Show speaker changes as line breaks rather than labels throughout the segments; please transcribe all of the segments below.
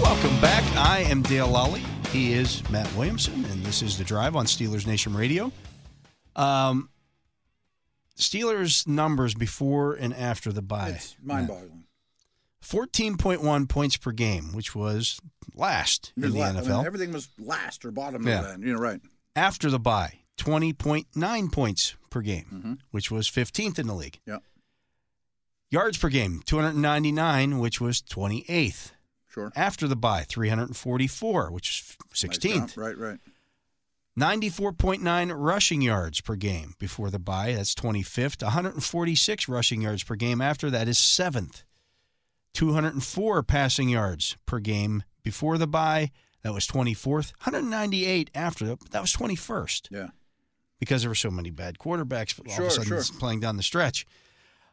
Welcome back. I am Dale Lally. He is Matt Williamson, and this is the Drive on Steelers Nation Radio. Um, Steelers numbers before and after the bye.
It's mind boggling.
Fourteen point one points per game, which was last in the NFL.
everything was last or bottom
Yeah.
of that. You know, right.
after the bye, twenty point nine points per game, which was fifteenth in the league.
Mm-hmm. Yeah.
Yards per game, two hundred ninety nine, which was twenty eighth.
Sure.
After the bye, three hundred forty four, which is
Nice
sixteenth.
jump. Right, right.
94.9 rushing yards per game before the bye. That's 25th. 146 rushing yards per game after that is 7th. 204 passing yards per game before the bye. That was 24th. 198 after that. That was 21st
Yeah.
because there were so many bad quarterbacks all of
Sure,
a sudden
sure.
it's playing down the stretch.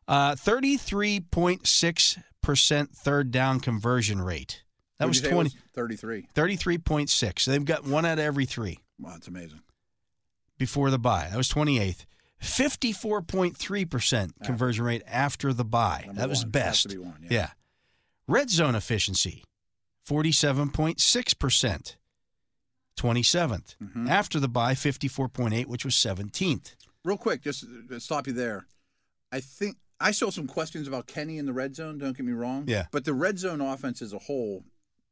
Uh, 33.6% third down conversion rate. That
What'd
was
you say it
20.
33.
33.6. So they've got one out of every three
Wow, that's amazing.
before the buy. That was 28th. 54.3% conversion rate after the buy.
Number
that was
one. Has
best.
to be one, yeah.
Red zone efficiency 47.6%. 27th.
Mm-hmm.
After the buy 54.8 which was 17th.
Real quick, just uh, stop you there. I think I still have some questions about Kenny in the red zone. Don't get me wrong.
Yeah.
But the red zone offense as a whole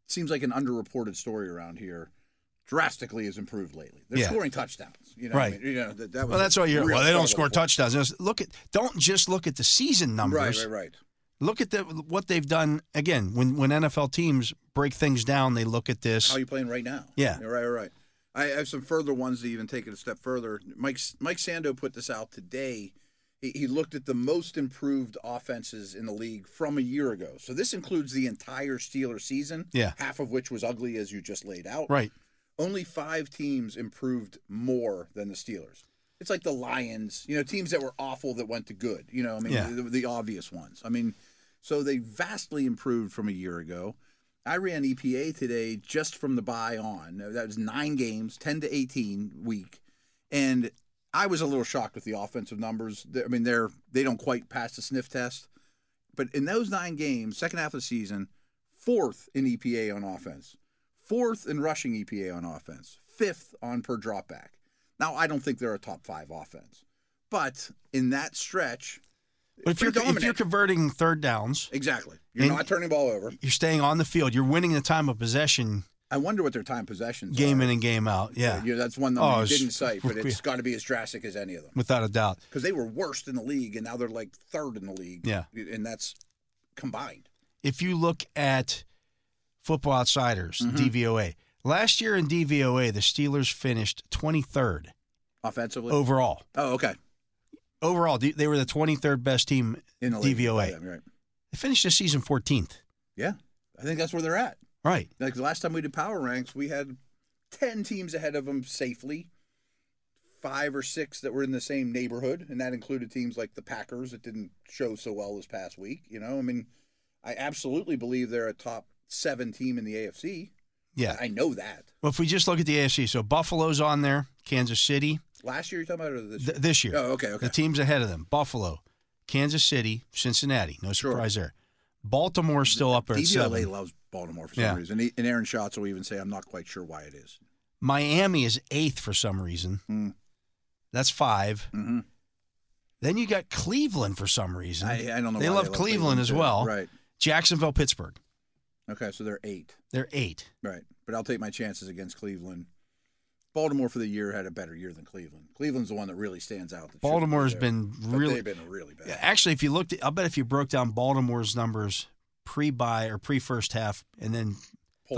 seems like an underreported story around here. Drastically has improved lately. They're
Yeah.
scoring touchdowns. You know, what I
Right.
mean? you know that, that was
Well, that's
a
all year.
real
Well, they don't score
struggle.
touchdowns. Just Look at don't just look at the season numbers.
Right, right, right.
Look at the, what they've done again when when NFL teams break things down, they look at this.
How you playing right now?
Yeah.
Right, right, right. I have some further ones to even take it a step further. Mike Mike Sando put this out today. He, he looked at the most improved offenses in the league from a year ago. So this includes the entire Steeler season.
Yeah.
Half of which was ugly, as you just laid out.
right.
Only five teams improved more than the Steelers. It's like the Lions, you know, teams that were awful that went to good. You know, I mean,
Yeah.
the, the obvious ones. I mean, so they vastly improved from a year ago. I ran EPA today just from the buy on. That was nine games, 10 to 18 week. And I was a little shocked with the offensive numbers. They- I mean, they're they don't quite pass the sniff test. But in those nine games, second half of the season, fourth in EPA on offense, fourth in rushing EPA on offense, fifth on per dropback. Now, I don't think they're a top five offense, but in that stretch,
But if you're
pretty
if you're
dominant.
converting third downs,
exactly, you're
And-
not turning the ball over.
you're staying on the field. You're winning the time of possession,
I wonder what their time possessions
game
are.
in and game out. Yeah,
You know, that's one number
Oh,
you
it's-
didn't cite, but it's
yeah.
got to be as drastic as any of them
without a doubt.
because they were worst in the league and now they're like third in the league.
Yeah.
and that's combined.
If you look at Football Outsiders
Mm-hmm.
DVOA last year in DVOA, the Steelers finished 23rd
offensively.
overall.
Oh, okay.
Overall, they they were the 23rd best team
In the league.
DVOA.
Yeah, right.
They finished the season 14th.
Yeah, I think that's where they're at.
Right.
Like the last time we did power ranks, we had ten teams ahead of them safely, five or six that were in the same neighborhood, and that included teams like the Packers that didn't show so well this past week. You know, I mean, I absolutely believe they're a top seven team in the AFC.
Yeah.
I know that.
Well, if we just look at the AFC, so Buffalo's on there, Kansas City.
Last year you're talking about or this year?
Th- this year,
Oh, okay, okay.
the teams ahead of them: Buffalo, Kansas City, Cincinnati. No
Sure.
surprise there. Baltimore still up there at
DVLA
seven.
loves Baltimore for some
Yeah.
reason, and, he- and Aaron Schatz will even say, "I'm not quite sure why it is."
Miami is eighth for some reason.
Mm.
That's five.
Mm-hmm.
Then you got Cleveland for some reason.
I, I don't know.
They
why
love Cleveland as
too.
well.
right?
Jacksonville, Pittsburgh.
Okay, so they're eight,
They're eight.
right? But I'll take my chances against Cleveland. Baltimore for the year had a better year than Cleveland. Cleveland's the one that really stands out. that shouldn't be
Baltimore's
there.
been
But
really.
they've been really bad.
Actually, if you looked, at, I bet if you broke down Baltimore's numbers pre-buy or pre-first half, and then
Pulled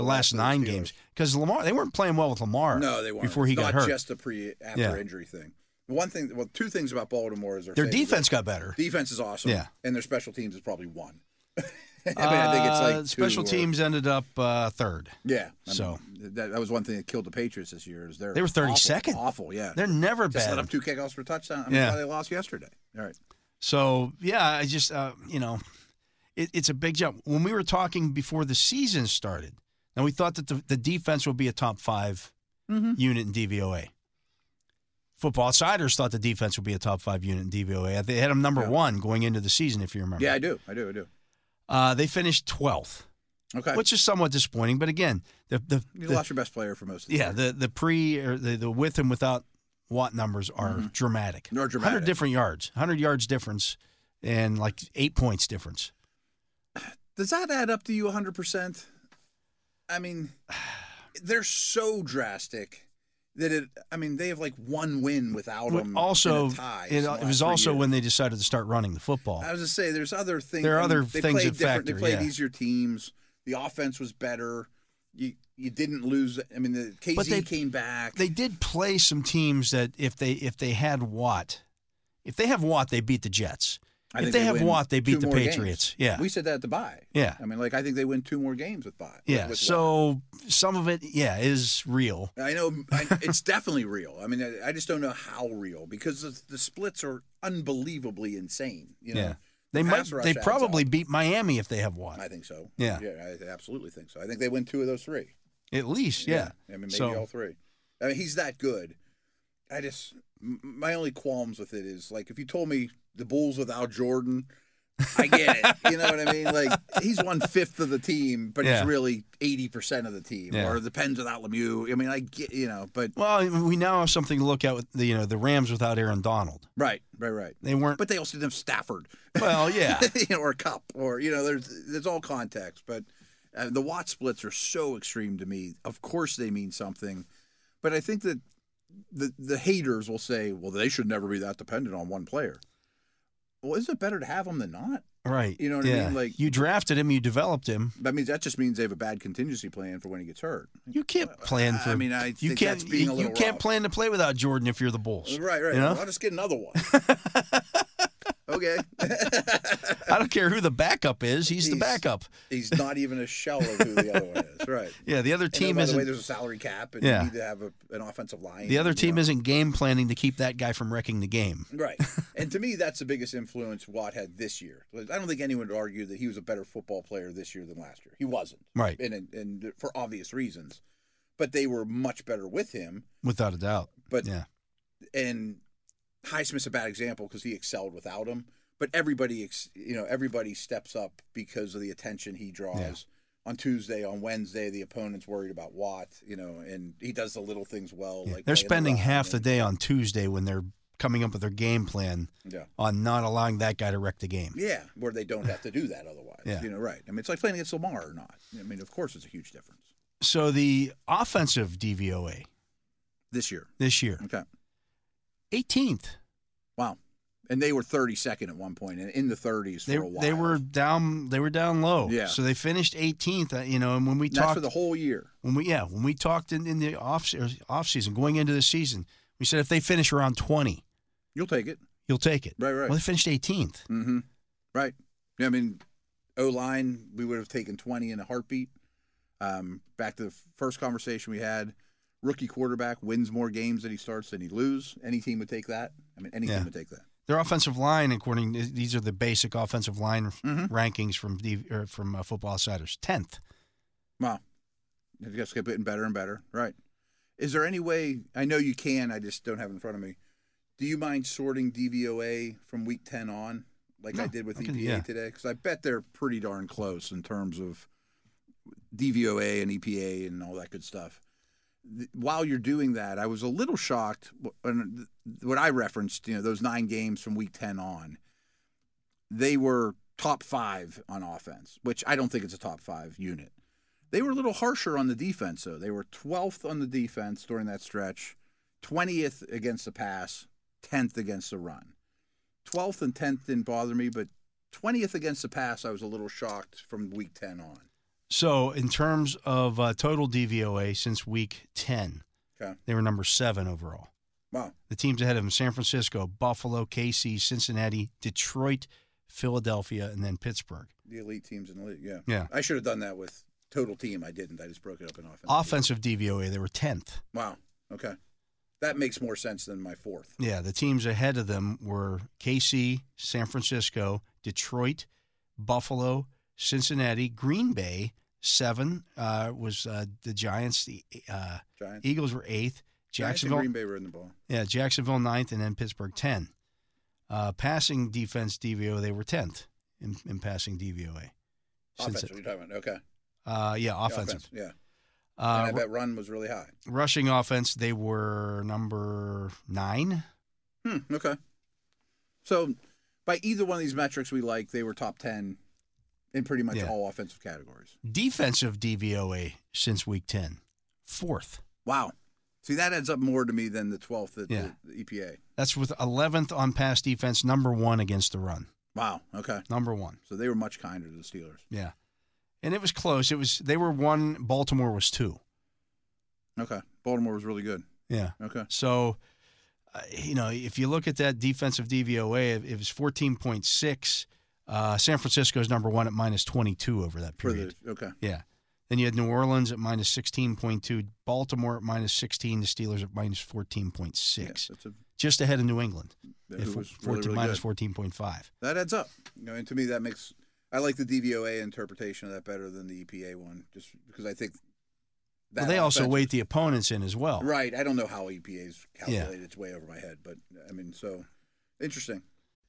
the
off
last
those
nine
Steelers.
games, because Lamar they weren't playing well with Lamar.
No, they weren't.
before he
It's
got
not
hurt.
just the pre after
Yeah.
injury thing. One thing, well, two things about Baltimore is their,
Their
favorite-
defense got better.
Defense is awesome.
Yeah.
and their special teams is probably one. I mean, I think it's
Uh,
like
special
two or-
teams ended up uh, third.
Yeah. I
So.
mean, that, that was one thing that killed the Patriots this year. Is
They were 32nd.
Awful. Yeah.
They're never
just
bad.
let up two kickoffs for a touchdown. I mean,
Yeah.
why they lost yesterday. All right.
So yeah, I just uh, you know, it, it's a big jump. When we were talking before the season started, now we thought that the, the defense would be a top 5
Mm-hmm.
unit in DVOA. Football outsiders thought the defense would be a top five unit in DVOA. They had them number
Yeah.
one going into the season, if you remember.
Yeah, I do. I do. I do.
Uh, they finished twelfth,
Okay.
which is somewhat disappointing. But again, the the,
you
the
lost your best player for most of the
yeah the the pre or the, the with and without Watt numbers are dramatic.
Mm-hmm. They're dramatic.
Hundred different yards, hundred yards difference, and like eight points difference.
Does that add up to you 100%? I mean, they're so drastic that it, I mean, they have like one win without
Well,
them.
also
in a tie
it,
in the last
it was
three
also
years.
when they decided to start running the football
I was just say there's other things.
There are
I mean,
other
they
things
played
that
different.
factor,
They played
yeah.
easier teams. The offense was better. You you didn't lose. I mean, the KZ
But they-
came back.
they did play some teams that if they if they had Watt if they have Watt they beat the Jets
I
if
think
they, have
win
Watt they
two
beat the
more games.
Patriots yeah
we said that at the bye.
Yeah.
I mean, like I think they win two more games with bye.
yeah
with- with Watt.
so some of it yeah is real
I know I, it's definitely real. I mean, I, I just don't know how real because the, the splits are unbelievably insane. You know,
yeah they
The
might
pass rush
they
adds up.
probably beat Miami if they have Watt
I think so.
Yeah.
yeah, I absolutely think so. I think they win two of those three.
at least yeah,
I mean, maybe
so
all three. I mean, he's that good. I just, m- my only qualms with it is like, if you told me the Bulls without Jordan, I get it. you know what I mean? Like, he's one fifth of the team, but
Yeah.
he's really 80% of the team.
Yeah.
Or the Pens without Lemieux. I mean, I get, you know, but
well we now have something to look at with the you know the Rams without Aaron Donald
right, right, right.
they weren't
But they also didn't have Stafford.
well yeah
you know, or Cup, or you know, there's there's all context, but uh, the Watt splits are so extreme to me. Of course, they mean something, but I think that the the haters will say, well, they should never be that dependent on one player. Well, isn't it better to have them than not?
right
You know what I
yeah.
mean? Like-
you drafted him you developed him
That means that just means they have a bad contingency plan for when he gets hurt.
You can't plan for.
I mean, I
you
think
can't.
that's being a
you, you
little
can't
rough.
plan to play without Jordan if you're the Bulls.
Right, right.
You know?
Well, I'll just get another one. okay,
I don't care who the backup is. He's, the
He's-
backup.
he's not even a shell of who the other one is. Right.
Yeah, the other
Team
team
and then, by the way,
isn't.
there's a salary cap, and
Yeah.
you need to have a, an offensive line.
The other
you
team
know.
isn't game planning to keep that guy from wrecking the game.
Right. and to me, that's the biggest influence Watt had this year. Like, I don't think anyone would argue that he was a better football player this year than last year. He wasn't.
Right.
And, and for obvious reasons. But they were much better with him.
Without a doubt.
But
yeah,
and Highsmith's a bad example because he excelled without him. But everybody, ex- you know, everybody steps up because of the attention he draws.
Yeah.
On Tuesday, on Wednesday, the opponent's worried about Watt, you know, and he does the little things well.
yeah.
Like
they're
laying the
spending
rock
half
and-
the day on Tuesday when they're coming up with their game plan
Yeah.
on not allowing that guy to wreck the game.
Yeah, where they don't have to do that otherwise.
Yeah.
You know, right. I mean, it's like playing against Lamar or not. I mean, of course, it's a huge difference
So the offensive DVOA
this year.
this year,
Okay.
18th.
Wow. And they were 32nd at one point and in the 30s for
They
a while.
they were down they were down low.
Yeah.
So they finished 18th. uh, You know, and when we
That's
talked
for the whole year.
when we yeah when we talked in, in the off or off season going into the season we said if they finish around 20
You'll take it.
you'll take it
Right, right.
well they finished 18th
Mm-hmm. Right. Yeah, I mean, O line, we would have taken 20 in a heartbeat. Um, back to the first conversation we had, rookie quarterback wins more games that he starts than he loses. Any team would take that. I mean, any
Yeah.
team would take that.
their offensive line according these are the basic offensive line
Mm-hmm.
rankings from D- or from uh, football outsiders 10th
Wow. It just kept getting better and better. Right. Is there any way? I know you can. I just don't have it in front of me. Do you mind sorting DVOA from week ten on, like I
No,
did with
I
EPA
can- yeah.
today? Because I bet they're pretty darn close in terms of DVOA and EPA and all that good stuff. Th- While you're doing that, I was a little shocked wh- when th- what I referenced. You know, those nine games from week ten on, they were top five on offense, which I don't think it's a top five unit. They were a little harsher on the defense, though. They were 12th on the defense during that stretch, 20th against the pass, 10th against the run. 12th and 10th didn't bother me, but 20th against the pass, I was a little shocked from week 10 on.
So, in terms of uh, total DVOA since week 10,
Okay.
they were number seven overall.
Wow.
The teams ahead of them San Francisco, Buffalo, KC, Cincinnati, Detroit, Philadelphia, and then Pittsburgh.
The elite teams in the league. Yeah.
Yeah.
I should have done that with total team. I didn't. I just broke it up in offense.
Offensive DVOA, they were 10th.
Wow. Okay. That makes more sense than my fourth.
Yeah, the teams ahead of them were KC, San Francisco, Detroit, Buffalo, Cincinnati, Green Bay, seven uh, was uh, the Giants. The uh,
Giants.
Eagles were eighth.
Giants and
Jacksonville,
Green Bay were in the ball.
yeah, Jacksonville ninth, and then Pittsburgh ten. Uh, passing defense DVOA, they were tenth in, in passing DVOA. Since
Offensive,
it-
you're talking about. Okay.
uh, yeah,
Yeah,
offensive.
offense, Yeah.
Uh,
and I bet run was really high.
r- rushing offense, they were number nine.
Hmm, okay. So, by either one of these metrics we like, they were top 10 in pretty much
Yeah.
all offensive categories.
Defensive DVOA since week ten, fourth.
Wow. See, that adds up more to me than the 12th at
Yeah.
the, E the EPA.
That's with 11th on pass defense, number one against the run.
Wow. Okay.
Number one.
So, they were much kinder to the Steelers.
Yeah. And it was close. It was, they were one, Baltimore was two.
Okay. Baltimore was really good.
Yeah.
Okay.
So, uh, you know, if you look at that defensive DVOA, it- it was 14.6. Uh, San Francisco's number one at minus 22 over that
For
period.
the, okay.
Yeah. Then you had New Orleans at minus 16.2, Baltimore at minus 16, the Steelers at minus 14.6,
Yeah, that's a,
just ahead of New England.
that
at
was
four-
really, really
minus
good.
14.5.
That adds up. You know, and to me, that makes I like the DVOA interpretation of that better than the EPA one, just because I think that
Well, they also
offense-
weight the opponents in as well.
Right. I don't know how E EPA's calculated.
Oh. Yeah.
It's way over my head, but I mean, so interesting.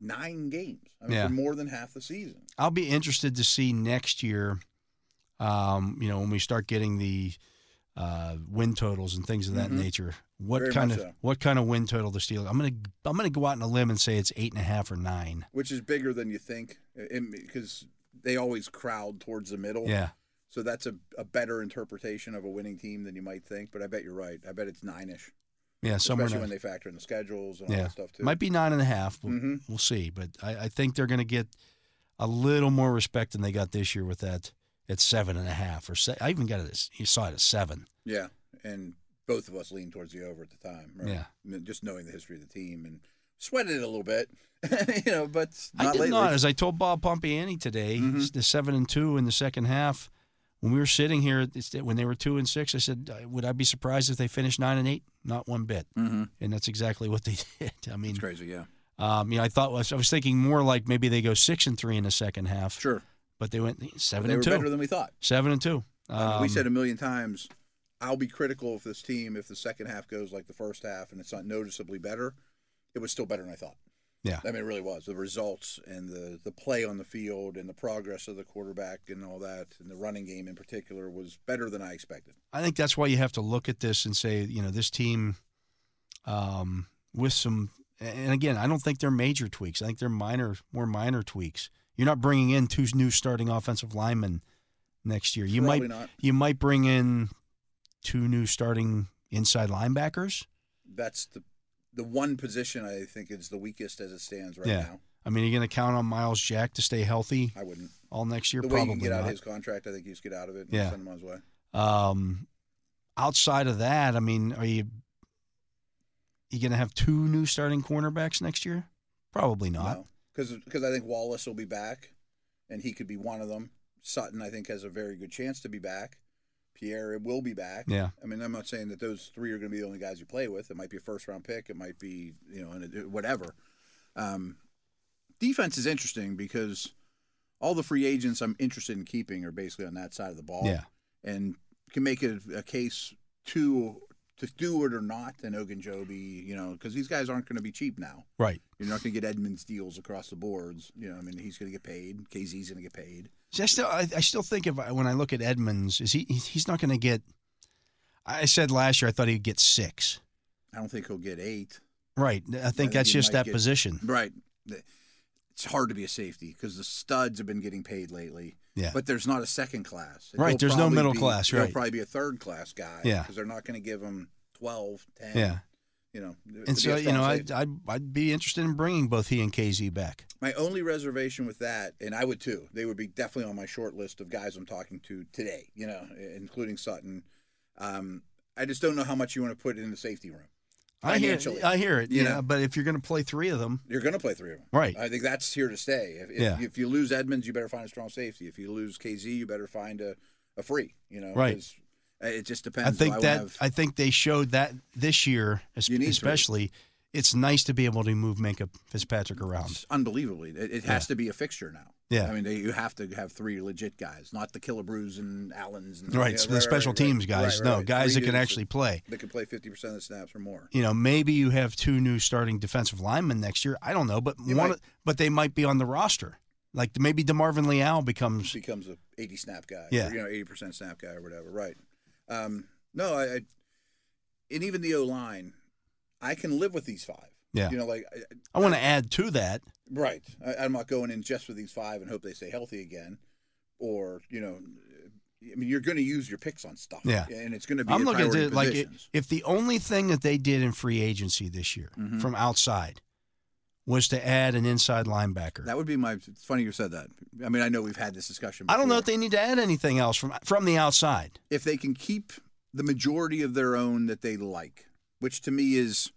nine games. I mean,
Yeah.
for more than half the season.
I'll be interested to see next year. Um, you know, when we start getting the uh, win totals and things of that nature, what
Mm-hmm. Very
kind
much
of
so.
what kind of win total the Steelers? I'm gonna I'm gonna go out on a limb and say it's eight and a half or nine.
which is bigger than you think because they always crowd towards the middle.
Yeah,
So that's a, a better interpretation of a winning team than you might think. But I bet you're right. I bet it's nine ish,
yeah, somewhere.
especially when
in-
they factor in the schedules and all
yeah,
that stuff too.
might be nine and a half. We'll,
Mhm.
we'll see, but I, I think they're gonna get a little more respect than they got this year with that at seven and a half or se- I even got it. as- You saw it at seven.
yeah, and both of us leaned towards the over at the time. Right?
Yeah.
I mean, just knowing the history of the team and sweated it a little bit, you know. But
I
not
did
lately.
not. As I told Bob Pompiani today,
Mhm.
the seven and two in the second half. When we were sitting here, it's- when they were two and six, I said, "Uh, "Would I be surprised if they finished nine and eight? Not one bit."
Mm-hmm.
And that's exactly what they did. I mean,
It's crazy. Yeah.
Um, you know, I thought I was, I was thinking more like maybe they go six and three in the second half,
Sure.
but they went seven
They were
and two.
better than we thought.
seven and two.
I mean, we
Um,
said a million times, I'll be critical of this team if the second half goes like the first half and it's not noticeably better. It was still better than I thought.
Yeah.
I mean, it really was. The results and the, the play on the field and the progress of the quarterback and all that, and the running game in particular, was better than I expected.
I think that's why you have to look at this and say, you know, this team um, with some, and again, I don't think they're major tweaks. I think they're minor, more minor tweaks. You're not bringing in two new starting offensive linemen next year. You
Probably
might,
not.
you might bring in two new starting inside linebackers.
That's the the one position I think is the weakest as it stands right
Yeah.
now.
I mean, you're going to count on Miles Jack to stay healthy
I wouldn't.
all next year.
the way
Probably
you can get out
not.
of his contract, I think you just get out of it and
Yeah.
send him on his way.
Um, outside of that, I mean, are you you going to have two new starting cornerbacks next year? Probably not.
Because I think Wallace will be back, and he could be one of them. Sutton, I think, has a very good chance to be back. Pierre will be back.
Yeah.
I mean, I'm not saying that those three are going to be the only guys you play with. It might be a first round pick. It might be you know an, whatever. Um, defense is interesting because all the free agents I'm interested in keeping are basically on that side of the ball.
Yeah.
and can make a, a case to to do it or not. And Ogunjobi, you know, because these guys aren't going to be cheap now.
Right.
You're not going to get Edmonds deals across the boards. You know, I mean, he's going to get paid. KZ's going to get paid.
See, I still I, I still think of when I look at Edmonds, is he he's not going to get. I said last year I thought he'd get six.
I don't think he'll get eight.
Right. I think,
think
that's
he
just
might
that
get-
position.
Right. The- It's hard to be a safety because the studs have been getting paid lately.
Yeah.
But there's not a second class. And
Right,
he'll
there's no
probably
middle
be-
class, right.
He'll probably be a third class guy.
Yeah.
Because they're not going to give him 12, 10.
yeah.
You know. to be a
And so you
strong
know I
safety.
I I'd be interested in bringing both he and KZ back.
My only reservation with that, and I would too, they would be definitely on my short list of guys I'm talking to today, you know, including Sutton. Um, I just don't know how much you want to put in the safety room.
I hear
Financially,
I hear it.
you
yeah.
know.
But if you're going to play three of them,
You're going to play three of them.
Right.
I think that's here to stay. If, if,
Yeah.
if you lose Edmonds, you better find a strong safety. If you lose KZ, you better find a, a free, you know.
Right.
'cause, uh, It just depends.
I think
would
that
have-
I think they showed that this year, es-
You need three.
especially. It's nice to be able to move Minka Fitzpatrick around.
it's unbelievably. It, it has
Yeah.
to be a fixture now.
Yeah.
I mean, they, you have to have three legit guys, not the Killabrews and Allens. And,
Right,
yeah,
so the special
right,
teams
right,
guys,
right,
no
right.
guys
Three
that can
dudes
actually play.
that can play 50% of the snaps or more.
You know, maybe you have two new starting defensive linemen next year. I don't know, but
You
one,
might.
but they might be on the roster. Like maybe Demarvin Leal becomes
becomes a 80 snap guy
Yeah.
or, you know 80% snap guy or whatever right um, no I, I and even the o line i can live with these five
Yeah.
you know like I-
I want to add to that.
Right. I, I'm not going in just for these five and hope they stay healthy again, or you know, I mean, you're going to use your picks on stuff.
Yeah.
and it's going to be.
I'm
at
looking at
priority
it like i-
positions.
if the only thing that they did in free agency this year
Mhm.
from outside was to add an inside linebacker.
that would be my. It's funny you said that. I mean, I know we've had this discussion.
I don't know if
before.
they need to add anything else from from the outside.
if they can keep the majority of their own that they like, which to me is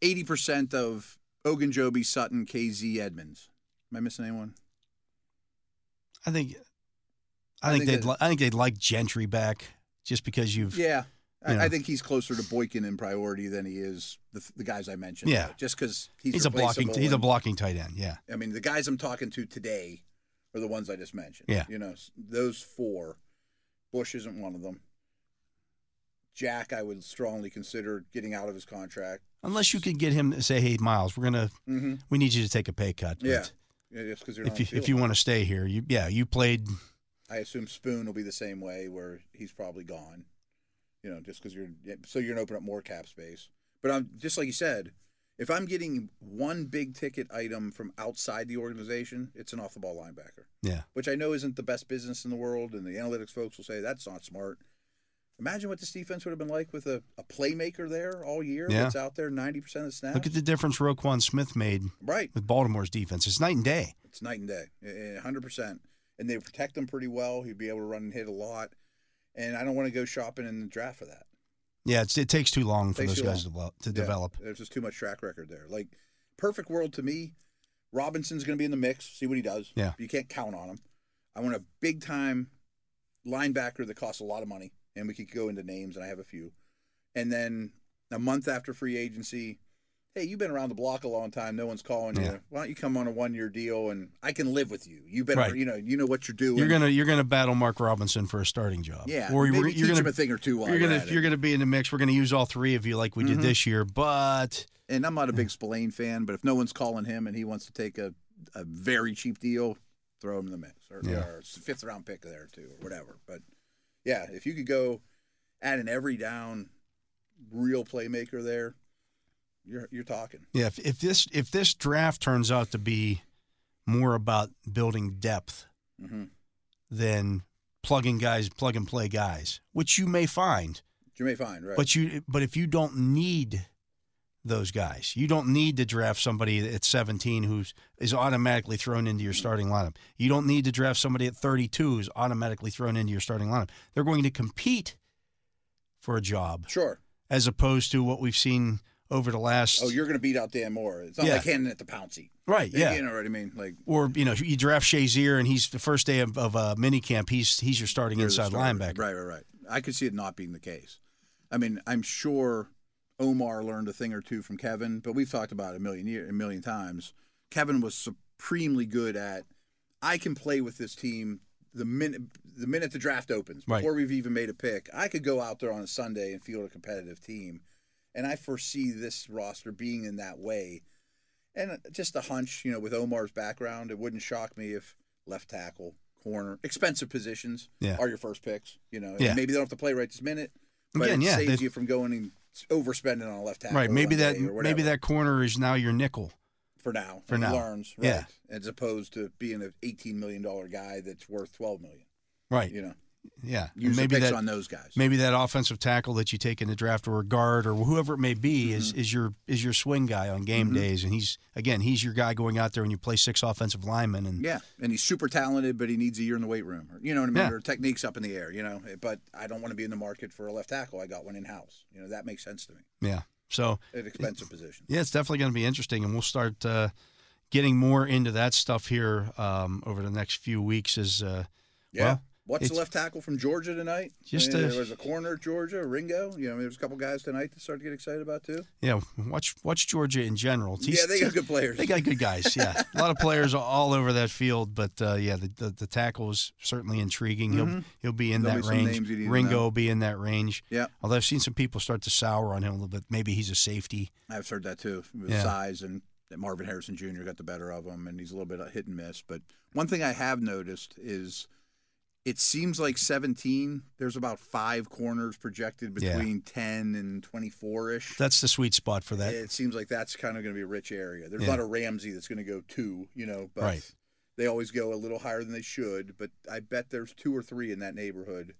80% of Ogunjobi, Sutton, KZ, Edmonds. Am I missing anyone?
I think, I,
I
think,
think
they'd,
that-
li- I think they'd like Gentry back just because you've.
Yeah. I,
Yeah.
I think he's closer to Boykin in priority than he is the, the guys I mentioned.
Yeah.
though, just because he's,
He's, a blocking.
replaceable
He's a
and-
blocking tight end. Yeah,
I mean, the guys I'm talking to today are the ones I just mentioned.
Yeah.
You know, s- those four. Bush isn't one of them. Jack, I would strongly consider getting out of his contract.
unless you could get him to say, "Hey, Miles, we're gonna.
Mm-hmm.
We need you to take a pay cut. but
Yeah. Yeah, just because you're not
If
on
you,
the
if
field.
you want to stay here, you yeah, you played.
I assume Spoon will be the same way, where he's probably gone. You know, just because you're yeah, so you're gonna open up more cap space. But I'm just like you said, if I'm getting one big ticket item from outside the organization, it's an off the ball linebacker,
Yeah.
which I know isn't the best business in the world, and the analytics folks will say that's not smart. Imagine what this defense would have been like with a, a playmaker there all year
Yeah.
that's out there ninety percent of the snaps.
Look at the difference Roquan Smith made
right.
with Baltimore's defense. It's night and day.
It's night and day, hundred percent. And they protect him pretty well. He'd be able to run and hit a lot. And I don't want to go shopping in the draft for that.
Yeah, it's, it takes too long for
Takes
those
too
guys
long.
to, develop- to
Yeah,
develop.
There's just too much track record there. Like perfect world to me. Robinson's going to be in the mix. See what he does.
Yeah.
you can't count on him. I want a big time linebacker that costs a lot of money, and we could go into names, and I have a few. And then a month after free agency, hey, you've been around the block a long time. No one's calling
Yeah.
you. Why don't you come on a one year deal and I can live with you. You've been,
Right.
you know, you know what you're doing.
You're gonna you're gonna battle Mark Robinson for a starting job.
yeah,
or
maybe
you're,
teach
you're
him
gonna
a thing or two while
you're
you're
gonna
at it.
you're gonna be in the mix. We're gonna use all three of you like we
Mhm.
did this year, but
and I'm not a big Spillane fan, but if no one's calling him and he wants to take a, a very cheap deal, throw him in the mix or,
Yeah.
or fifth round pick there too or whatever. But yeah, if you could go add an every down real playmaker there, you're you're talking.
yeah, if, if this if this draft turns out to be more about building depth
Mm-hmm.
than plugging guys, plug and play guys, which you may find,
You may find right.
but you but if you don't need those guys, you don't need to draft somebody at 17 who's is automatically thrown into your starting lineup. You don't need to draft somebody at 32 who's automatically thrown into your starting lineup. They're going to compete for a job
sure.
as opposed to what we've seen over the last
Oh, you're gonna beat out Dan Moore. It's not
Yeah.
like handing it to Pouncy.
right, yeah.
you know what I mean. Like
Or you know you draft Shazier and he's the first day of, of uh, minicamp he's he's your starting
You're the
inside
starter.
linebacker
Right, right, right. I could see it not being the case. I mean, I'm sure Omar learned a thing or two from Kevin, but we've talked about it a million year, a million times. Kevin was supremely good at I can play with this team the minute the minute the draft opens
Right.
before we've even made a pick. I could go out there on a Sunday and field a competitive team, and I foresee this roster being in that way. And just a hunch, you know, with Omar's background, it wouldn't shock me if left tackle, corner, expensive positions
Yeah.
are your first picks. You know,
Yeah.
maybe they don't have to play right this minute, but
Again,
it
yeah,
saves
they-
you from going and overspending on a left tackle.
right maybe
one
that
day or whatever
maybe that corner is now your nickel
for now
for
and
now.
learns right
Yeah.
as opposed to being an eighteen million dollar guy that's worth twelve million.
right
You know,
yeah And
use
maybe
the picks
that
on those guys.
maybe that offensive tackle that you take in the draft or a guard or whoever it may be
Mm-hmm.
is is your is your swing guy on game days and he's again he's your guy going out there and you play six offensive linemen and
Yeah, and he's super talented, but he needs a year in the weight room. Or, you know what I mean?
Yeah.
Or techniques up in the air. You know, but I don't want to be in the market for a left tackle. I got one in house. You know, that makes sense to me.
yeah so
An expensive position.
yeah it's definitely going to be interesting and we'll start uh, getting more into that stuff here um, over the next few weeks as uh,
Yeah.
Well,
What's the
it's-
left tackle from Georgia tonight?
Just
I mean,
a-
there was a corner Georgia, Ringo. You know, there was a couple guys tonight to start to get excited about too.
yeah watch watch Georgia in general
yeah, they got good players.
They got good guys, yeah. a lot of players all over that field, but uh, yeah, the, the the tackle is certainly intriguing. He'll he'll be in
Mm-hmm.
that
There'll be some
range.
names you didn't
Ringo
know.
will be in that range.
Yeah.
Although I've seen some people start to sour on him a little bit. Maybe he's a safety.
I've heard that too. With
Yeah.
size and that Marvin Harrison Jr. got the better of him, and he's a little bit hit and miss. But one thing I have noticed is it seems like 17. There's about five corners projected
Yeah.
between 10 and 24 ish.
That's the sweet spot for that.
It seems like that's kind of going to be a rich area. There's
Yeah.
not a Ramsey that's going to go two, you know, but
Right.
they always go a little higher than they should. But I bet there's two or three in that neighborhood,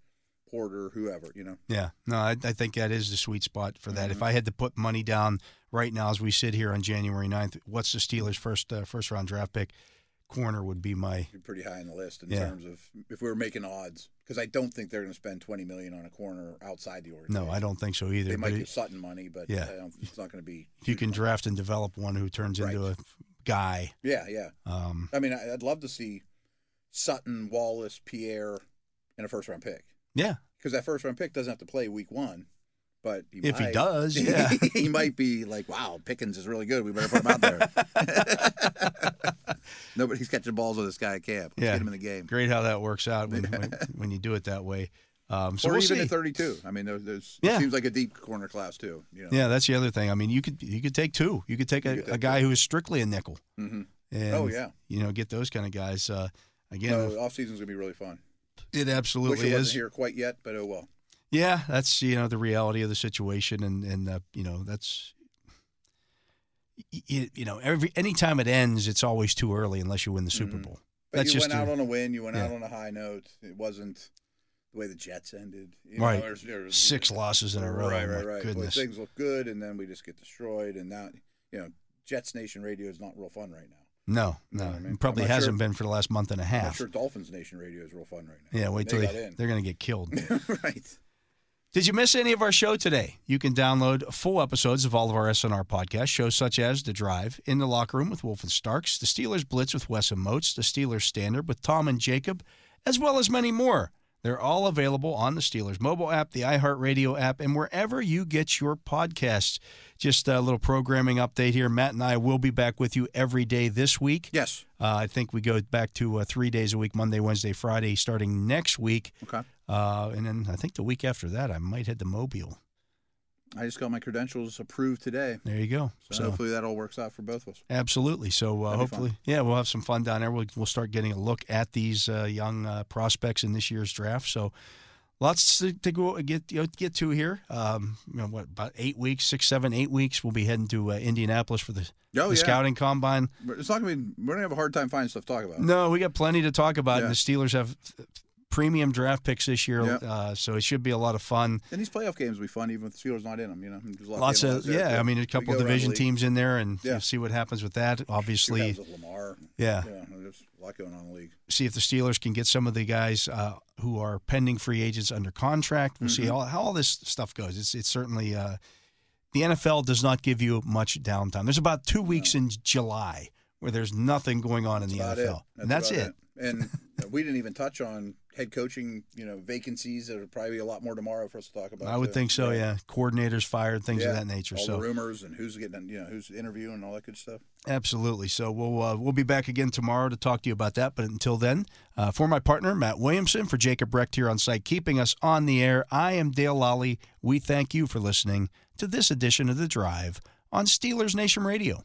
Porter, whoever, you know.
Yeah. No, I, I think that is the sweet spot for that.
Mm-hmm.
If I had to put money down right now as we sit here on January 9th, what's the Steelers' first uh, first round draft pick? Corner would be my
be pretty high on the list in
Yeah.
terms of if we were making odds because I don't think they're going to spend twenty million on a corner outside the organization.
no. I don't think so either.
They
but
might
it-
give Sutton money, but
Yeah.
I don't, it's not going to be.
if you can draft and develop one who turns into a
Right.
guy,
Yeah, yeah.
um,
I mean, I- I'd love to see Sutton, Wallace, Pierre, and a first round pick
yeah,
because that first round pick doesn't have to play week one, but he
If he
might.
does, yeah.
he might be like, "Wow, Pickens is really good. We better put him out there." Nobody's catching balls with this guy at camp. Let's
Yeah.
get him in the game.
great how that works out when, when, when you do it that way. Um, so
or
we'll
even
see.
at 32. I mean, there- there's
Yeah.
it seems like a deep corner class too. You know,
yeah, that's the other thing. I mean, you could you could take two. You could take a,
could take
a guy who is strictly a nickel.
Mhm.
And,
Oh, yeah.
you know, get those kind of guys. Uh, again,
No, off season's gonna be really fun.
it
Wish
absolutely
it
is.
wasn't here quite yet, but oh well.
Yeah, that's you know the reality of the situation, and and uh, you know that's you, you know every any time it ends, it's always too early unless you win the Super
Mhm.
Bowl.
But
That's
you
just
went out
a-
on a win. You went out
yeah.
on a high note. It wasn't the way the Jets ended. You
Right.
Know, there's- there's-
six losses in a row.
Right,
My
right, right. Well,
Goodness.
things look good, and then we just get destroyed. And now, you know, Jets Nation Radio is not real fun right now.
No, no,
know what I mean?
it probably
I'm not
hasn't
sure-
been for the last month and a
I'm
half.
sure Dolphins Nation Radio is real fun right now.
Yeah, wait till
they
they,
got in.
they're going to get killed.
right.
Did you miss any of our show today? You can download full episodes of all of our SNR podcast shows, such as The Drive, In the Locker Room with Wolf and Starks, The Steelers Blitz with Wes and Moats, The Steelers Standard with Tom and Jacob, as well as many more. They're all available on the Steelers mobile app, the iHeartRadio app, and wherever you get your podcasts. Just a little programming update here. Matt and I will be back with you every day this week.
Yes.
Uh, I think we go back to uh, three days a week Monday, Wednesday, Friday, starting next week.
Okay.
Uh, and then I think the week after that, I might head to Mobile.
I just got my credentials approved today.
There you go.
So, hopefully that all works out for both of us.
Absolutely. So uh,
That'd be fun.
hopefully, yeah, we'll have some fun down there. We'll, we'll start getting a look at these uh, young uh, prospects in this year's draft. So lots to, to go get you know, get to here. Um, you know, what about eight weeks, six, seven, eight weeks? We'll be heading to uh, Indianapolis for the,
Oh,
the
yeah.
scouting combine.
But It's not gonna be. We're gonna have a hard time finding stuff to talk about.
No, we got plenty to talk about.
Yeah.
And the Steelers have premium draft picks this year,
Yeah.
uh, so it should be a lot of fun.
And these playoff games will be fun, even if the Steelers not in them. You know, There's a lot
Lots
games
of
out there,
yeah,
too.
I mean a
We
couple
go around the
division
league,
teams in there, and
Yeah.
you see what happens with that.
see what
Obviously,
happens with Lamar.
yeah.
Yeah, there's a lot going on in the league.
see if the Steelers can get some of the guys uh, who are pending free agents under contract. We'll
Mm-hmm.
see all, how all this stuff goes. It's it's certainly uh, the NFL does not give you much downtime. There's about two weeks in July where there's nothing going on in the
About
NFL,
it.
and that's
about
it.
And uh, we didn't even touch on head coaching. You know, vacancies. There'll probably be a lot more tomorrow for us to talk about.
I would
too.
think so. Yeah, coordinators fired, things
Yeah.
of that nature.
All
so
the rumors and who's getting, you know, who's interviewing and all that good stuff.
Absolutely. So we'll uh, we'll be back again tomorrow to talk to you about that. But until then, uh, for my partner Matt Williamson, for Jacob Brecht here on site, keeping us on the air. I am Dale Lally. We thank you for listening to this edition of the Drive on Steelers Nation Radio.